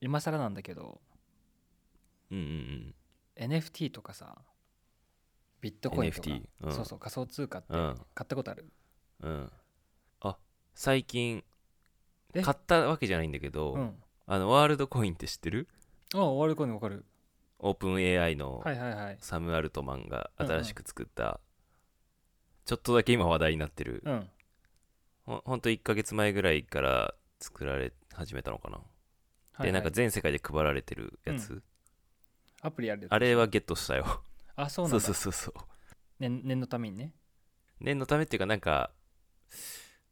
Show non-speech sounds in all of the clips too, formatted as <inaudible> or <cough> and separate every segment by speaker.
Speaker 1: 今更なんだけど
Speaker 2: うんうん
Speaker 1: NFT とかさビットコインとか、
Speaker 2: NFT うん
Speaker 1: そうそう仮想通貨って
Speaker 2: うんうん
Speaker 1: 買ったことある
Speaker 2: うんあ最近
Speaker 1: え
Speaker 2: 買ったわけじゃないんだけど、
Speaker 1: うん
Speaker 2: あのワールドコインって知ってる
Speaker 1: ああ終わるこに分かる
Speaker 2: オープン AI の
Speaker 1: はいはいはい
Speaker 2: サム・アルトマンが
Speaker 1: うんうん
Speaker 2: 新しく作った、ちょっとだけ今話題になってる、
Speaker 1: うん
Speaker 2: ほほんと1ヶ月前ぐらいから作られ始めたのかな、
Speaker 1: はいはい
Speaker 2: でなんか全世界で配られてるやつ、
Speaker 1: アプリやるやつ
Speaker 2: あれはゲットしたよ
Speaker 1: あそう
Speaker 2: そ
Speaker 1: なん
Speaker 2: う
Speaker 1: だ
Speaker 2: そうそうそう
Speaker 1: 念念のためにね
Speaker 2: 念のためっていうかなんか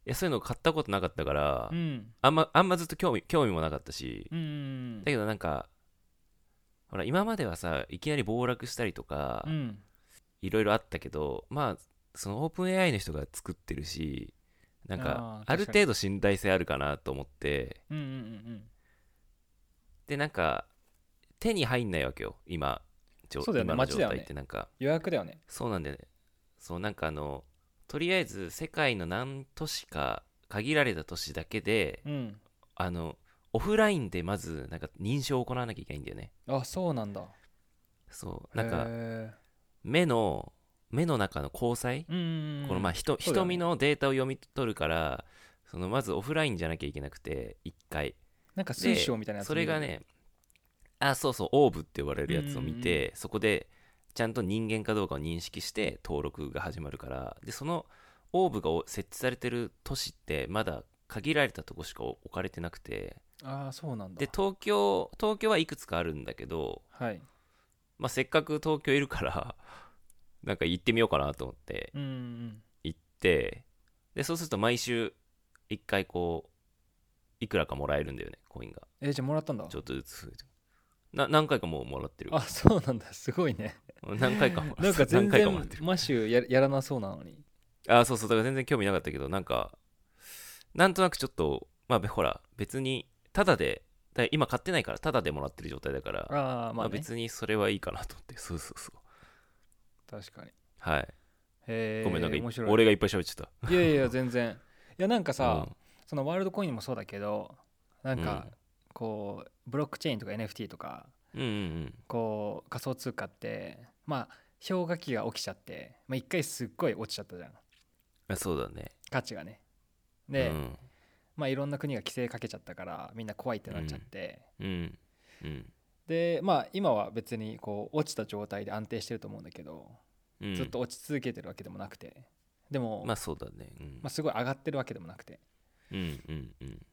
Speaker 2: いやそういうの買ったことなかったから、
Speaker 1: うん
Speaker 2: あんまあんまずっと興味興味もなかったし、
Speaker 1: うんうん
Speaker 2: だけどなんかほら今まではさいきなり暴落したりとか、
Speaker 1: うん
Speaker 2: いろいろあったけどまあそのオープン AI の人が作ってるしなん
Speaker 1: あー
Speaker 2: か
Speaker 1: 確か
Speaker 2: あ
Speaker 1: に
Speaker 2: る程度信頼性あるかなと思って
Speaker 1: うんうんうん
Speaker 2: でなんか手に入んないわけよ今ちょ
Speaker 1: そうだよね
Speaker 2: 今の
Speaker 1: 街
Speaker 2: 状
Speaker 1: だよね
Speaker 2: 態ってなんか、
Speaker 1: 予約だよね
Speaker 2: そうなんだよねそうなんかあのとりあえず世界の何都市か限られた都市だけで
Speaker 1: うん
Speaker 2: あのオフラインでまずなんか認証を行わなきゃいけないんだよね
Speaker 1: あそうなんだ
Speaker 2: そうなん
Speaker 1: へ
Speaker 2: か
Speaker 1: ー
Speaker 2: 目の目の中の交際
Speaker 1: うんうんうん
Speaker 2: このまあ人
Speaker 1: そうだよね
Speaker 2: 瞳のデータを読み取るからそのまずオフラインじゃなきゃいけなくて1回
Speaker 1: なんか
Speaker 2: で
Speaker 1: 水晶みたいなやつ
Speaker 2: それがねあそうそうオーブって呼ばれるやつを見
Speaker 1: うん
Speaker 2: てそこでちゃんと人間かどうかを認識して登録が始まるからでそのオーブが設置されてる都市ってまだ限られたとこしか置かれてなくて
Speaker 1: ああそうなんだ
Speaker 2: で東京東京はいくつかあるんだけど、
Speaker 1: はい
Speaker 2: まあ、せっかく東京いるから <laughs> なんか行ってみようかなと思って
Speaker 1: うんうん
Speaker 2: 行ってでそうすると毎週1回こういくらかもらえるんだよねコインが
Speaker 1: えーじゃあもらったんだ
Speaker 2: ちょっとずつ増えてな何回かもうもらってる
Speaker 1: あそうなんだすごいね
Speaker 2: 何回かもら
Speaker 1: なんか全
Speaker 2: <laughs> 何回かもら
Speaker 1: 然
Speaker 2: ってる
Speaker 1: マシューややらなそうなのに
Speaker 2: あそうそうだから全然興味なかったけどなんかなんとなくちょっとまあべほら別にタダでだ今買ってないからタダでもらってる状態だから
Speaker 1: ああ
Speaker 2: ま
Speaker 1: ま
Speaker 2: あ
Speaker 1: あね
Speaker 2: 別にそれはいいかなと思ってそうそうそう
Speaker 1: 確かに
Speaker 2: はい、
Speaker 1: へえ
Speaker 2: ごめんなんかい
Speaker 1: 面白い
Speaker 2: 俺がいっぱい喋っちゃった
Speaker 1: いやいや全然いやなんかさ、
Speaker 2: うん
Speaker 1: そのワールドコインもそうだけどなんか
Speaker 2: うん
Speaker 1: こうブロックチェーンとか NFT とか
Speaker 2: うんうん
Speaker 1: こう仮想通貨ってまあ氷河期が起きちゃってまあ、一回すっごい落ちちゃったじゃん
Speaker 2: うんあそうだね
Speaker 1: 価値がねで、
Speaker 2: うん
Speaker 1: まあいろんな国が規制かけちゃったからみんな怖いってなっちゃって、
Speaker 2: うんうん
Speaker 1: でまあ今は別にこう落ちた状態で安定してると思うんだけど、
Speaker 2: うん
Speaker 1: ずっと落ち続けてるわけでもなくてでも、
Speaker 2: まあそうだね。うん。
Speaker 1: まあすごい上がってるわけでもなくて
Speaker 2: うんうんうん。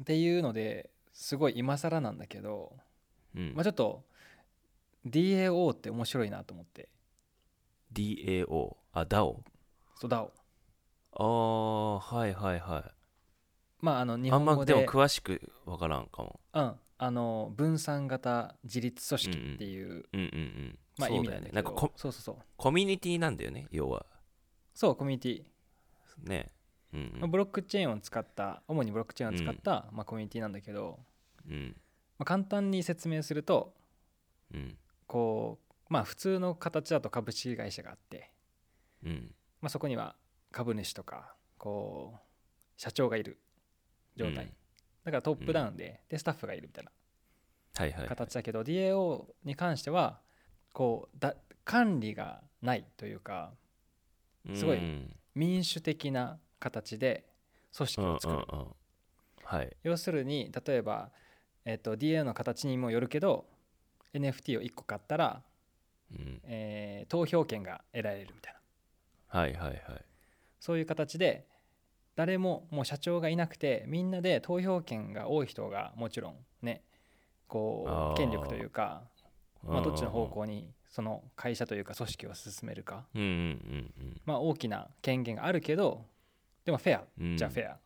Speaker 1: っていうのですごい今更なんだけど、
Speaker 2: うん
Speaker 1: まあ、ちょっと DAO って面白いなと思って
Speaker 2: DAO。あ、DAO。
Speaker 1: そう DAO
Speaker 2: ああ、はいはいは
Speaker 1: まああの日
Speaker 2: い。あん
Speaker 1: 本語
Speaker 2: ま
Speaker 1: で
Speaker 2: でも詳しくわからんかも。
Speaker 1: うん、あの分散型自立組織っていう、
Speaker 2: うんうんうん。
Speaker 1: まあ、
Speaker 2: そ
Speaker 1: 意
Speaker 2: う
Speaker 1: 味
Speaker 2: だ
Speaker 1: な
Speaker 2: よ
Speaker 1: んだけ。
Speaker 2: ね
Speaker 1: ど
Speaker 2: なんかコ
Speaker 1: そうそうそう
Speaker 2: コミュニティなんだよね、要は。
Speaker 1: そうコミュニティ、
Speaker 2: ね。うん
Speaker 1: まあブロックチェーンを使った主にブロックチェーンを使った、まあ、コミュニティなんだけど、
Speaker 2: うん。うん
Speaker 1: まあ、簡単に説明すると
Speaker 2: うん
Speaker 1: こうまあ普通の形だと株式会社があって、
Speaker 2: うん
Speaker 1: まあ、そこには株主とかこう社長がいる状態、
Speaker 2: うん
Speaker 1: だからトップダウンで,、でスタッフがいるみたい
Speaker 2: はいはい
Speaker 1: な
Speaker 2: はい。
Speaker 1: 形だけど、DAO に関してはこうだ管理がないというかすごい
Speaker 2: うん
Speaker 1: 民主的な形で組
Speaker 2: う
Speaker 1: 織
Speaker 2: んうんうん
Speaker 1: を作る、
Speaker 2: はい。
Speaker 1: 要するに例えば、えっと DAO の形にもよるけど NFT を1個買ったら、
Speaker 2: うん
Speaker 1: えー投票権が得られるみたいな
Speaker 2: はいはいはい。
Speaker 1: そういう形で誰ももう社長がいなくてみんなで投票権が多い人がもちろんねこ
Speaker 2: あ
Speaker 1: う
Speaker 2: ー
Speaker 1: 権力というかまあ、どっちの方
Speaker 2: うん
Speaker 1: 向にその会社というか組織を進めるか、
Speaker 2: うんうんうん
Speaker 1: まあ、大きな権限があるけどでもフェ
Speaker 2: うん。う
Speaker 1: ア
Speaker 2: ん
Speaker 1: じゃフェア、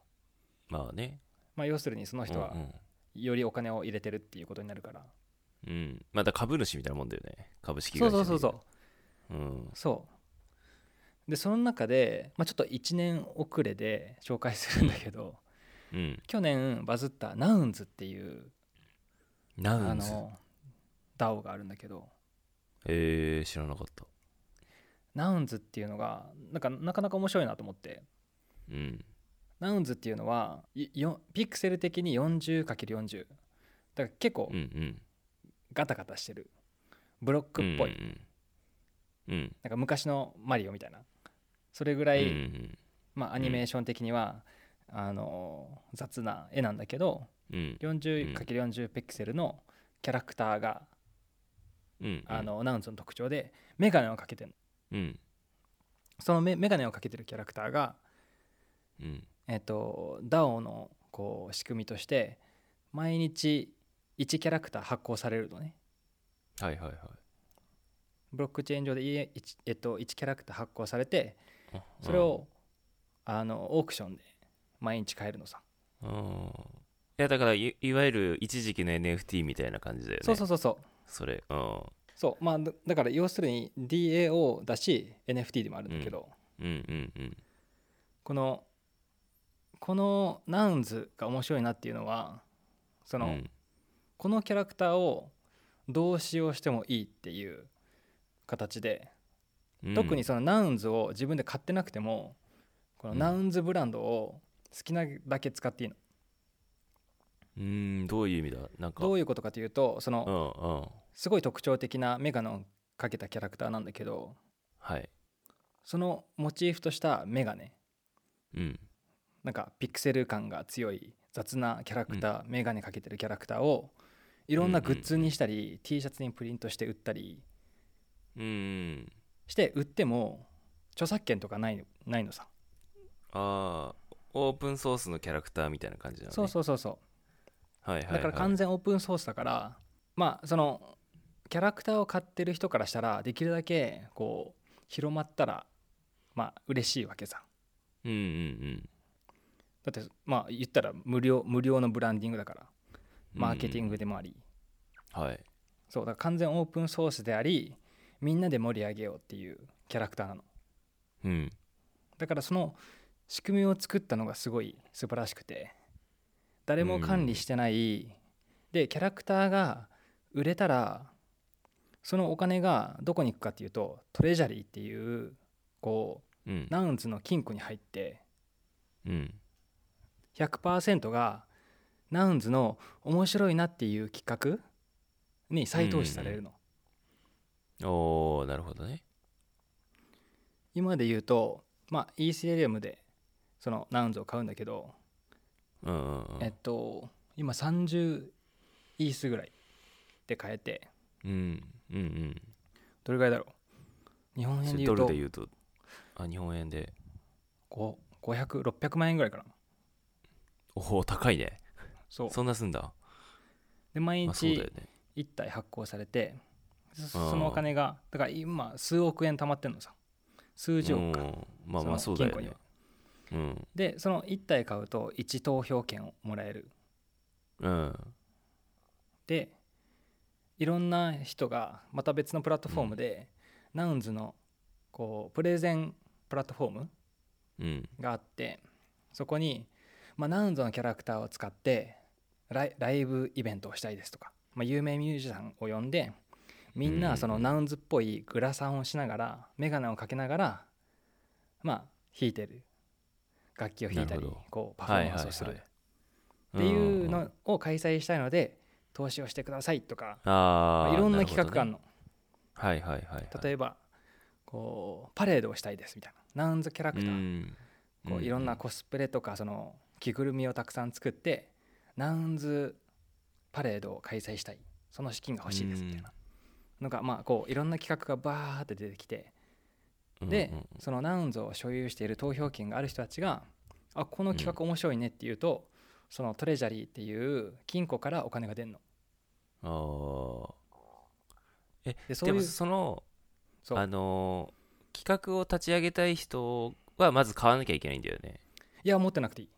Speaker 2: まあね。
Speaker 1: まあ、要するにその人は
Speaker 2: うんうん
Speaker 1: よりお金を入れてるっていうことになるから、
Speaker 2: うん。まあだから株主みたいなもんだよね。株式
Speaker 1: そ
Speaker 2: 会
Speaker 1: う
Speaker 2: 社で
Speaker 1: そ
Speaker 2: いう
Speaker 1: そ
Speaker 2: う。
Speaker 1: うそう
Speaker 2: うん。
Speaker 1: そうでその中で、まあ、ちょっと1年遅れで紹介するんだけど
Speaker 2: うん。
Speaker 1: 去年バズったナウンズっていう
Speaker 2: ナ
Speaker 1: あ
Speaker 2: ウンズ。
Speaker 1: の DAO があるんだけど
Speaker 2: えー、知らなかった。
Speaker 1: ナウンズっていうのがなんかなかなか面白いなと思って
Speaker 2: うん。
Speaker 1: ナウンズっていうのはいよピクセル的に 40×40 だだから結構
Speaker 2: うんうん
Speaker 1: ガタガタしてるブロックっぽい、
Speaker 2: うんうんうん
Speaker 1: なんか昔のマリオみたいなそれぐら
Speaker 2: うん
Speaker 1: い、
Speaker 2: うん
Speaker 1: まあ、アニメーション的には、あの雑な絵なんだけど
Speaker 2: うんうん
Speaker 1: 40×40 ピクセルのキャラクターが、
Speaker 2: うん
Speaker 1: あのナウンスの特徴で眼鏡をかけてる
Speaker 2: うん
Speaker 1: その眼鏡をかけてるキャラクターが、
Speaker 2: うん
Speaker 1: えっと DAO のこう仕組みとして毎日1キャラクター発行されるのね
Speaker 2: はいはいはい
Speaker 1: ブロックチェーン上でいえ一えっと、1キャラクター発行されて
Speaker 2: あ
Speaker 1: それを、あのオークションで毎日買えるのさ、
Speaker 2: うんうんいやだからいいわゆる一時期の NFT みたいな感じだよね
Speaker 1: そうそうそうそう
Speaker 2: それうん
Speaker 1: そうまあだだから要するに DAO だし NFT でもあるんだけど、
Speaker 2: うんうんうん
Speaker 1: このこのナウンズが面白いなっていうのはその、
Speaker 2: うん
Speaker 1: このキャラクターをどう使用してもいいっていう形で
Speaker 2: うん
Speaker 1: 特にそのナウンズを自分で買ってなくてもこの
Speaker 2: うん
Speaker 1: ナウンズブランドを好きなだけ使っていいの、
Speaker 2: うーんどういう意味だなんか
Speaker 1: どういうことかというとその、
Speaker 2: うんうん
Speaker 1: すごい特徴的なメガネをかけたキャラクターなんだけど
Speaker 2: はい
Speaker 1: そのモチーフとしたメガネ
Speaker 2: うん
Speaker 1: なんかピクセル感が強い雑なキャラクター、メガネかけてるキャラクターをいろんなグッズにしたり、T シャツにプリントして売ったり
Speaker 2: うん
Speaker 1: して売っても著作権とかないないのさ、
Speaker 2: ああオープンソースのキャラクターみたいな感じなの、ね、
Speaker 1: そうそうそうそう
Speaker 2: うはいはい、は
Speaker 1: だ
Speaker 2: い、
Speaker 1: から完全オープンソースだから、まあそのキャラクターを買ってる人からしたらできるだけこう広まったらまあ嬉しいわけさ
Speaker 2: うんうん
Speaker 1: だってまあ言ったら無料無料のブランディングだから
Speaker 2: うん
Speaker 1: マーケティングでもあり、
Speaker 2: うんはい
Speaker 1: そうだから完全オープンソースでありみんなで盛り上げようっていうキャラクターなの
Speaker 2: うん
Speaker 1: だからその仕組みを作ったのがすごい素晴らしくて誰も管理してない、でキャラクターが売れたらそのお金がどこに行くかっていうとトレジャリーっていうこう
Speaker 2: うん
Speaker 1: ナウンズの金庫に入って
Speaker 2: うん
Speaker 1: 100%がナウンズの面白いなっていう企画に再投資されるの、
Speaker 2: おおなるほどね
Speaker 1: 今で言うとまあイースリアムでそのナウンズを買うんだけど、
Speaker 2: うんうんうん
Speaker 1: えっと今30イースぐらいで買えて
Speaker 2: うんうん
Speaker 1: どれぐらいだろう日
Speaker 2: う
Speaker 1: 本
Speaker 2: ん
Speaker 1: 円
Speaker 2: そ
Speaker 1: で
Speaker 2: れ
Speaker 1: 言
Speaker 2: ド
Speaker 1: うと
Speaker 2: ルで言うとあ日本円で
Speaker 1: こう500600万円ぐらいかな
Speaker 2: おお高いね
Speaker 1: そう
Speaker 2: そんなすんだ
Speaker 1: で毎
Speaker 2: まあそうだよ
Speaker 1: 日
Speaker 2: ね
Speaker 1: 1体発行されてそ
Speaker 2: あー
Speaker 1: そのお金がだから今数億円貯まってんのさ数十億か
Speaker 2: うんまあまあ
Speaker 1: そ
Speaker 2: そ
Speaker 1: の
Speaker 2: うだ
Speaker 1: 金
Speaker 2: よ
Speaker 1: 庫に
Speaker 2: ね
Speaker 1: は
Speaker 2: うん
Speaker 1: でその1体買うと1投票権をもらえる
Speaker 2: うん
Speaker 1: でいろんな人がまた別のプラットフォームで、ナウンズのこうプレゼンプラットフォーム
Speaker 2: うん
Speaker 1: があってそこに、まあ、ナウンズのキャラクターを使ってライライブイベントをしたいですとか、まあ、有名ミュージシャンを呼んでみん
Speaker 2: う
Speaker 1: なんそのナウンズっぽいグラサンをしながら眼鏡をかけながらまあ弾いてる楽器を弾いた
Speaker 2: な
Speaker 1: り
Speaker 2: るほど
Speaker 1: こうパフ
Speaker 2: は
Speaker 1: ォ
Speaker 2: い
Speaker 1: ーマ
Speaker 2: は
Speaker 1: ンス
Speaker 2: いは
Speaker 1: をする
Speaker 2: い
Speaker 1: っっていうん
Speaker 2: んん
Speaker 1: のを開催したいので投資をしてくださいとかま
Speaker 2: あ
Speaker 1: あ
Speaker 2: あ
Speaker 1: いろんな企画があるの
Speaker 2: はいはいはいはい
Speaker 1: 例えばこうパレードをしたいですみたいなナウンズキャラクター
Speaker 2: うん
Speaker 1: こういろんなコスプレとかその着ぐるみをたくさん作ってナウンズパレードを開催したいその資金が欲しいですみたいなのがまあこういろんな企画がバーって出てきてで
Speaker 2: うんうん
Speaker 1: そのナウンズを所有している投票権がある人たちがあこの企画面白いねっていうとそのトレジャリーっていう金庫からお金が出るの
Speaker 2: ああ
Speaker 1: でそう
Speaker 2: で
Speaker 1: い
Speaker 2: も
Speaker 1: う
Speaker 2: その
Speaker 1: そう
Speaker 2: あのー企画を立ち上げたい人はまず買わなきゃいけないんだよね
Speaker 1: いや持ってなくていい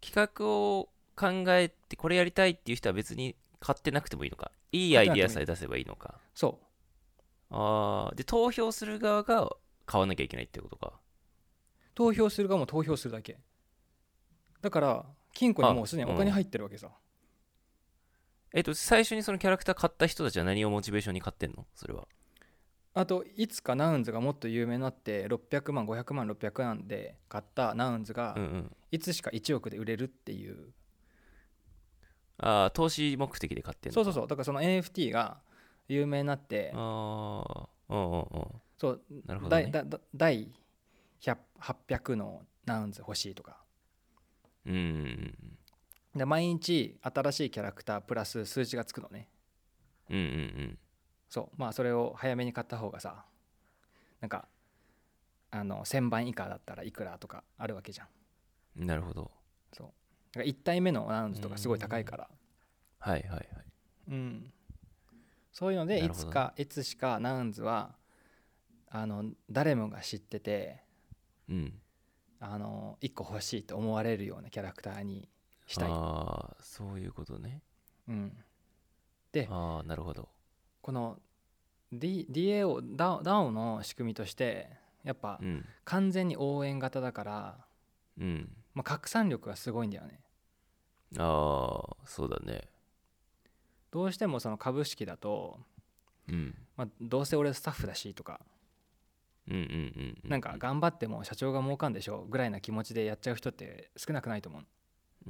Speaker 2: 企画を考えてこれやりたいっていう人は別に買ってなくてもいいのかいいアイディアさえ出せばいいのか
Speaker 1: そ
Speaker 2: ああで投票する側が買わなきゃいけないってことか
Speaker 1: う投票する側も投票するだけだから金庫にもうすでにお金入ってるわけさ、
Speaker 2: えっと最初にそのキャラクター買った人たちは何をモチベーションに買ってんのそれは
Speaker 1: あといつかナウンズがもっと有名になって600万500万600万で買ったナウンズが
Speaker 2: うんうん
Speaker 1: いつしか1億で売れるっていう
Speaker 2: ああ投資目的で買ってんの
Speaker 1: そうそう
Speaker 2: う
Speaker 1: そうだからその NFT が有名になって
Speaker 2: ああうんうんうん
Speaker 1: そう
Speaker 2: なるほど、
Speaker 1: 第
Speaker 2: ね、
Speaker 1: だだ第100 800のナウンズ欲しいとか
Speaker 2: うんうんうん
Speaker 1: で毎日新しいキャラクタープラス数字がつくのね
Speaker 2: うんうん
Speaker 1: そうまあそれを早めに買った方がさなんかあの1000番以下だったらいくらとかあるわけじゃん
Speaker 2: うんなるほど
Speaker 1: そうだから1体目のナウンズとかすごい高いから
Speaker 2: はいはいはい
Speaker 1: うん、そういうので
Speaker 2: ないるほ
Speaker 1: つ
Speaker 2: どね
Speaker 1: か、いつしかナウンズはあの誰もが知ってて
Speaker 2: うん
Speaker 1: あの1個欲しいと思われるようなキャラクターにしたい、
Speaker 2: ああそういうことね
Speaker 1: うん、え
Speaker 2: ああなるほど
Speaker 1: この、D、DAO DAO DAO の仕組みとしてやっぱ
Speaker 2: うん
Speaker 1: 完全に応援型だから、
Speaker 2: うん
Speaker 1: まあ、拡散力がすごいんだよね
Speaker 2: ああそうだね
Speaker 1: どうしてもその株式だと、
Speaker 2: うん
Speaker 1: まあ、どうせ俺スタッフだしとか
Speaker 2: うんうんうんう
Speaker 1: なんか頑張っても社長が儲かんでしょぐらいな気持ちでやっちゃう人って少なくないと思う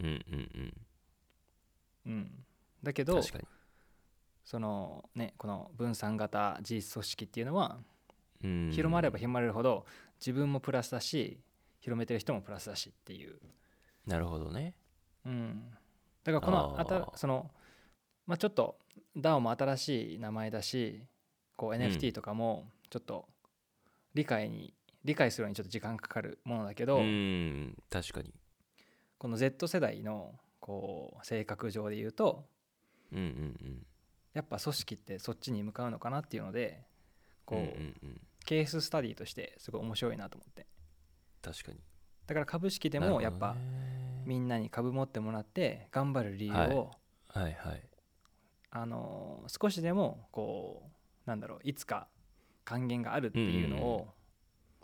Speaker 2: うんうん
Speaker 1: うん、だけ
Speaker 2: うん
Speaker 1: ど
Speaker 2: 確かに
Speaker 1: そのねこの分散型自立組織っていうのは
Speaker 2: うん
Speaker 1: 広まれば広まれるほど自分もプラスだし広めてる人もプラスだしっていう、
Speaker 2: なるほどね
Speaker 1: うん、だからこのあた
Speaker 2: あー
Speaker 1: そのまあちょっと DAO も新しい名前だしこう
Speaker 2: うん
Speaker 1: NFT とかもちょっと理解に理解するのにちょっと時間かかるものだけ
Speaker 2: う
Speaker 1: ど、
Speaker 2: ん確かに
Speaker 1: この Z 世代のこう性格上で言うと
Speaker 2: うんうん
Speaker 1: やっぱ組織ってそっちに向かうのかなっていうので
Speaker 2: う
Speaker 1: こ
Speaker 2: ん
Speaker 1: う、
Speaker 2: うんうんうん
Speaker 1: ケーススタディとしてすごい面白いなと思って
Speaker 2: 確かに
Speaker 1: だから株式で
Speaker 2: なる
Speaker 1: も
Speaker 2: ほど
Speaker 1: やっぱ
Speaker 2: ね
Speaker 1: みんなに株持ってもらって頑張る理由を、
Speaker 2: はいはいはい
Speaker 1: あのー少しでもこうなんだろういつか還元があるっていうのを、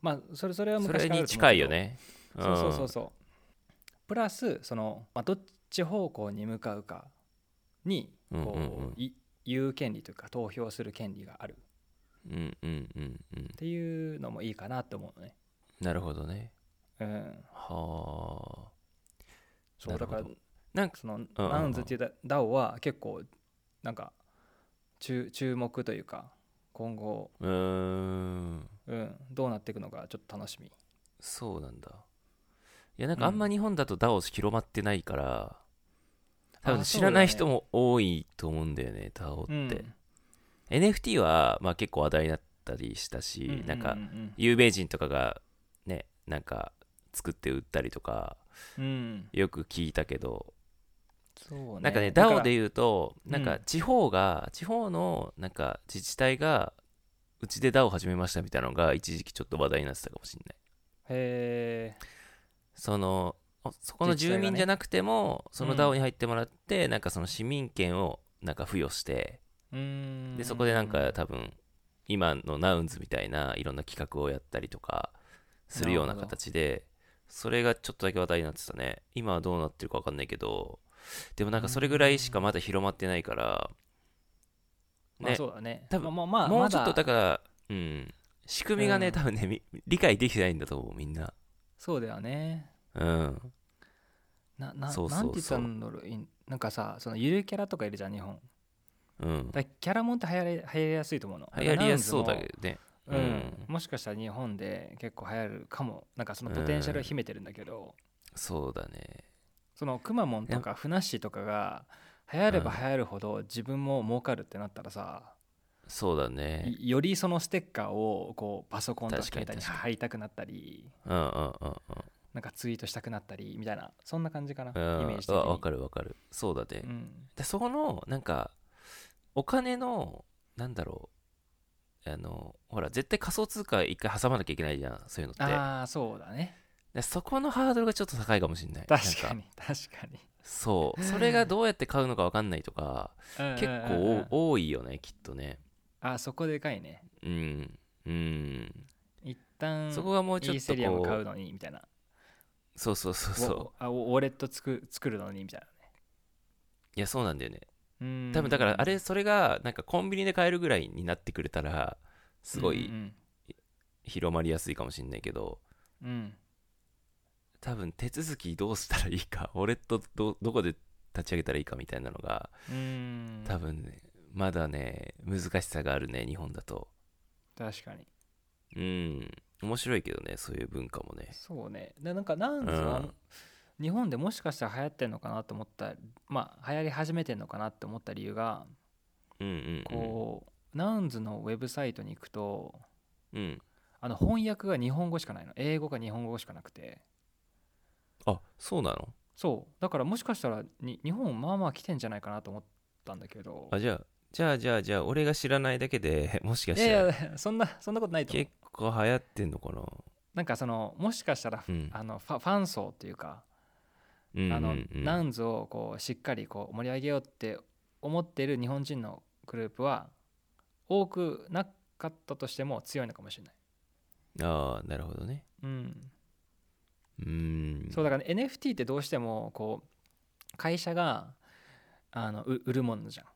Speaker 1: まあそれそれは
Speaker 2: そ
Speaker 1: 昔
Speaker 2: れ
Speaker 1: からあ
Speaker 2: に
Speaker 1: ると思うけど
Speaker 2: 近いよね
Speaker 1: そうそうそ
Speaker 2: ん
Speaker 1: うそうプラスその、まあ、どっち方向に向かうかにこう、
Speaker 2: うんうんうん
Speaker 1: い言う権利というか投票する権利があるっ
Speaker 2: うんうんうんうん
Speaker 1: ていうのもいいかなと思うのね
Speaker 2: なるほどね
Speaker 1: うん
Speaker 2: はあ
Speaker 1: そう
Speaker 2: なる
Speaker 1: だ
Speaker 2: ほ
Speaker 1: か
Speaker 2: ど
Speaker 1: ら
Speaker 2: なんか
Speaker 1: その
Speaker 2: うん
Speaker 1: ナウンズっていうだ DAO は結構なんか注注目というか今後、
Speaker 2: うーん
Speaker 1: うん、どうなっていくのかちょっと楽しみ
Speaker 2: そうなんだいやなんかあんま日本だと DAO 広まってないから、多分
Speaker 1: あ
Speaker 2: 知らない
Speaker 1: そうだ
Speaker 2: 人
Speaker 1: ね
Speaker 2: も多いと思うんだよね DAO
Speaker 1: うん
Speaker 2: って、NFT はまあ結構話題になったりしたし、
Speaker 1: ううう
Speaker 2: なん
Speaker 1: う
Speaker 2: か
Speaker 1: ん
Speaker 2: 有名人とかがねなんか作って売ったりとか
Speaker 1: うん
Speaker 2: よく聞いたけど
Speaker 1: そうね
Speaker 2: なんかね
Speaker 1: だら
Speaker 2: DAO で言うとなん
Speaker 1: う
Speaker 2: か
Speaker 1: ん
Speaker 2: 地方が、地方のなんか自治体がうちで DAO 始めましたみたいなのが一時期ちょっと話題になってたかもしれない
Speaker 1: へえ
Speaker 2: そのおそこの
Speaker 1: 自治体
Speaker 2: 住
Speaker 1: がね
Speaker 2: 民じゃなくても、その
Speaker 1: うん
Speaker 2: DAO に入ってもらって、なんかその市民権をなんか付与して
Speaker 1: うーん
Speaker 2: でそこでなんか多分今のナウンズみたいないろんな企画をやったりとかするよう
Speaker 1: な
Speaker 2: な
Speaker 1: るほど
Speaker 2: 形でそれがちょっとだけ話題になってたね今はどうなってるか分かんないけどでもなんかそれぐらいしかまだ広まってないから、
Speaker 1: まあ
Speaker 2: ね
Speaker 1: そうだね
Speaker 2: 多分
Speaker 1: まあまあまあ
Speaker 2: もうちょっとだ
Speaker 1: だ
Speaker 2: から、うん、仕組みがね、
Speaker 1: うん
Speaker 2: 多分ねみ理解できてないんだと思うみんな
Speaker 1: そうだよね
Speaker 2: うん
Speaker 1: なな
Speaker 2: そうそう
Speaker 1: なんて言ったらいいんだろういんなんかさそのゆるキャラとかいるじゃん日本
Speaker 2: うん
Speaker 1: だからキャラもんって流行り流行りやすいと思うの
Speaker 2: 流行りやすそうだ
Speaker 1: ど
Speaker 2: けどね
Speaker 1: うんもしかしたら日本で結構流行るかもなんかそのポテンシャルを秘めてるんだけど、
Speaker 2: そうだね
Speaker 1: そのくまモンとかふなっしーとかが流行れば
Speaker 2: うん
Speaker 1: 流行るほど自分も儲かるってなったらさ、
Speaker 2: そうだね
Speaker 1: いよりそのステッカーをこうパソコンとか
Speaker 2: 確かに
Speaker 1: 携帯に
Speaker 2: 確かに
Speaker 1: 貼りたくなったり
Speaker 2: うんうんうん
Speaker 1: なんかツイートしたくなったりみたいなそんな感じかな、
Speaker 2: うん
Speaker 1: イ
Speaker 2: う
Speaker 1: メ
Speaker 2: ん
Speaker 1: ージ的に
Speaker 2: わわかるわかるそうだね
Speaker 1: うん
Speaker 2: でそこのなんかお金のなんだろうあのほら絶対仮想通貨一回挟まなきゃいけないじゃんそういうのって
Speaker 1: ああそうだね
Speaker 2: でそこのハードルがちょっと高いかもしれない
Speaker 1: 確か
Speaker 2: なん
Speaker 1: に確かに
Speaker 2: そうそれがどうやって買うのか分かんないとか結
Speaker 1: うんうんうんう
Speaker 2: 構
Speaker 1: ん
Speaker 2: お多いよねきっとね
Speaker 1: あーそこでかいね
Speaker 2: うんうん
Speaker 1: 一旦
Speaker 2: そこがもうちょ
Speaker 1: イー
Speaker 2: っと
Speaker 1: セリアム
Speaker 2: こ
Speaker 1: 買う
Speaker 2: う
Speaker 1: のにみたいな
Speaker 2: そうそうそうそう
Speaker 1: おあおウォレットつく作るのにみたい
Speaker 2: いやそうなんだよね
Speaker 1: なね
Speaker 2: 多分だからあれそれがなんかコンビニで買えるぐらいになってくれたらすご
Speaker 1: う
Speaker 2: い
Speaker 1: ん
Speaker 2: 広まりやすいかもしんないけど
Speaker 1: うんうん
Speaker 2: 多分手続きどうしたらいいかウォレットどどこで立ち上げたらいいかみたいなのが
Speaker 1: うん
Speaker 2: 多分ねまだね難しさがあるね日本だと
Speaker 1: 確かに
Speaker 2: うん面白いけどねそういう文化もね
Speaker 1: そうねでなんかナンズは、
Speaker 2: うん
Speaker 1: 日本でもしかしたら流行ってんのかなと思ったまあ流行り始めてんのかなって思った理由が
Speaker 2: うんうんうん
Speaker 1: こう、ナウンズのウェブサイトに行くと
Speaker 2: うん
Speaker 1: あの翻訳が日本語しかないの英語か日本語しかなくて
Speaker 2: あそうなの
Speaker 1: そうだからもしかしたらに日本まあまあ来てんじゃないかなと思ったんだけど
Speaker 2: あじゃあじゃあじゃあじゃあ俺が知らないだけで <laughs> もしか
Speaker 1: い
Speaker 2: し
Speaker 1: や
Speaker 2: たら
Speaker 1: いやそんなそんなことないと思う
Speaker 2: 結構流行ってんのかな
Speaker 1: なんかそのもしかしたら、
Speaker 2: うん
Speaker 1: あのファファン層っていうか、
Speaker 2: うんうんうん
Speaker 1: あのナウンズをこうしっかりこう盛り上げようって思っている日本人のグループは多くなかったとしても強いのかもしれない、
Speaker 2: ああなるほどね
Speaker 1: うん、
Speaker 2: うん
Speaker 1: そうだから、NFT ってどうしてもこう会社があのう売るものじゃん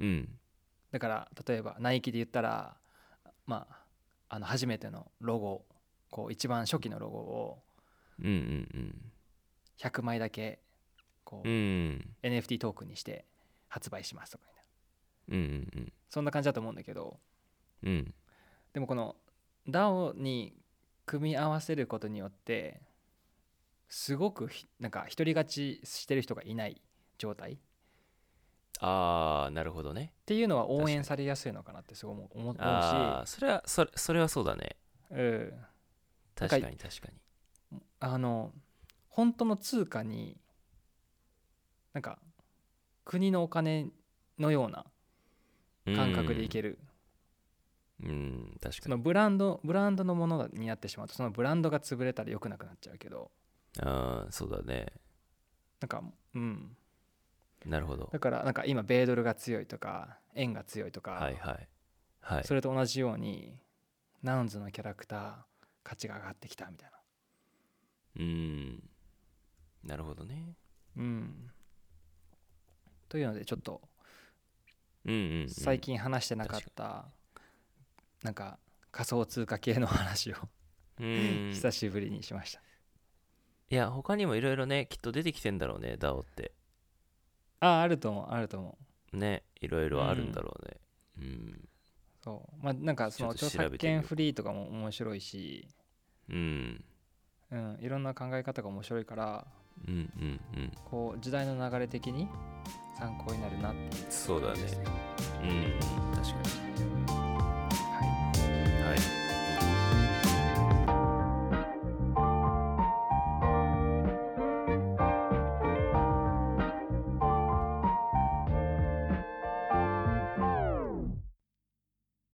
Speaker 2: うん
Speaker 1: だから例えばナイキで言ったらまああの初めてのロゴこう一番初期のロゴを
Speaker 2: うんうん
Speaker 1: 100枚だけこ
Speaker 2: うんう
Speaker 1: う、
Speaker 2: ん
Speaker 1: NFT トークンにして発売しますとかみたいな
Speaker 2: うんうんうん
Speaker 1: そんな感じだと思うんだけど
Speaker 2: うん
Speaker 1: でもこの DAO に組み合わせることによってすごくひなんか独り勝ちしてる人がいない状態っ
Speaker 2: ああなるほどね
Speaker 1: ていうのは応
Speaker 2: 確か
Speaker 1: 援
Speaker 2: に
Speaker 1: されやすいのかなってすごい思う思うし、
Speaker 2: ああそれはそれそれはそうだね
Speaker 1: うん、なんか
Speaker 2: 確かに確かに
Speaker 1: あの本当の通貨になんか国のお金のような感覚でいけ
Speaker 2: る
Speaker 1: る、
Speaker 2: うん、うん確
Speaker 1: そ
Speaker 2: か
Speaker 1: の
Speaker 2: に
Speaker 1: ブランドブランドのものになってしまうとそのブランドが潰れたら良くなくなっちゃうけど
Speaker 2: ああそうだね
Speaker 1: なんかうん
Speaker 2: なるほど
Speaker 1: だからなんか今米ドルが強いとか円が強いとか、
Speaker 2: はいはいはい
Speaker 1: それと同じようにナウンズのキャラクター価値が上がってきたみたい
Speaker 2: うんなるほどね
Speaker 1: な。うん、というのでちょっと
Speaker 2: うんうん、うん、
Speaker 1: 最近話してなかった、なんか仮想通貨系の話を <laughs>
Speaker 2: うん
Speaker 1: 久しぶりにしました、
Speaker 2: いや他にもいろいろねきっと出てきてんだろうね DAO って
Speaker 1: あああると思うあると思う
Speaker 2: ねいろいろあるんだろうねうん
Speaker 1: そうまあなんかその
Speaker 2: ちょ
Speaker 1: 著
Speaker 2: っと調べてみよう
Speaker 1: 作権フリーとかも面白いし、
Speaker 2: うん
Speaker 1: うん、いろんな考え方が面白いから
Speaker 2: うんうんうん
Speaker 1: こう時代の流れ的に参考になるなっていう
Speaker 2: そうだ
Speaker 1: 感じです
Speaker 2: ね
Speaker 1: ね
Speaker 2: うん確かに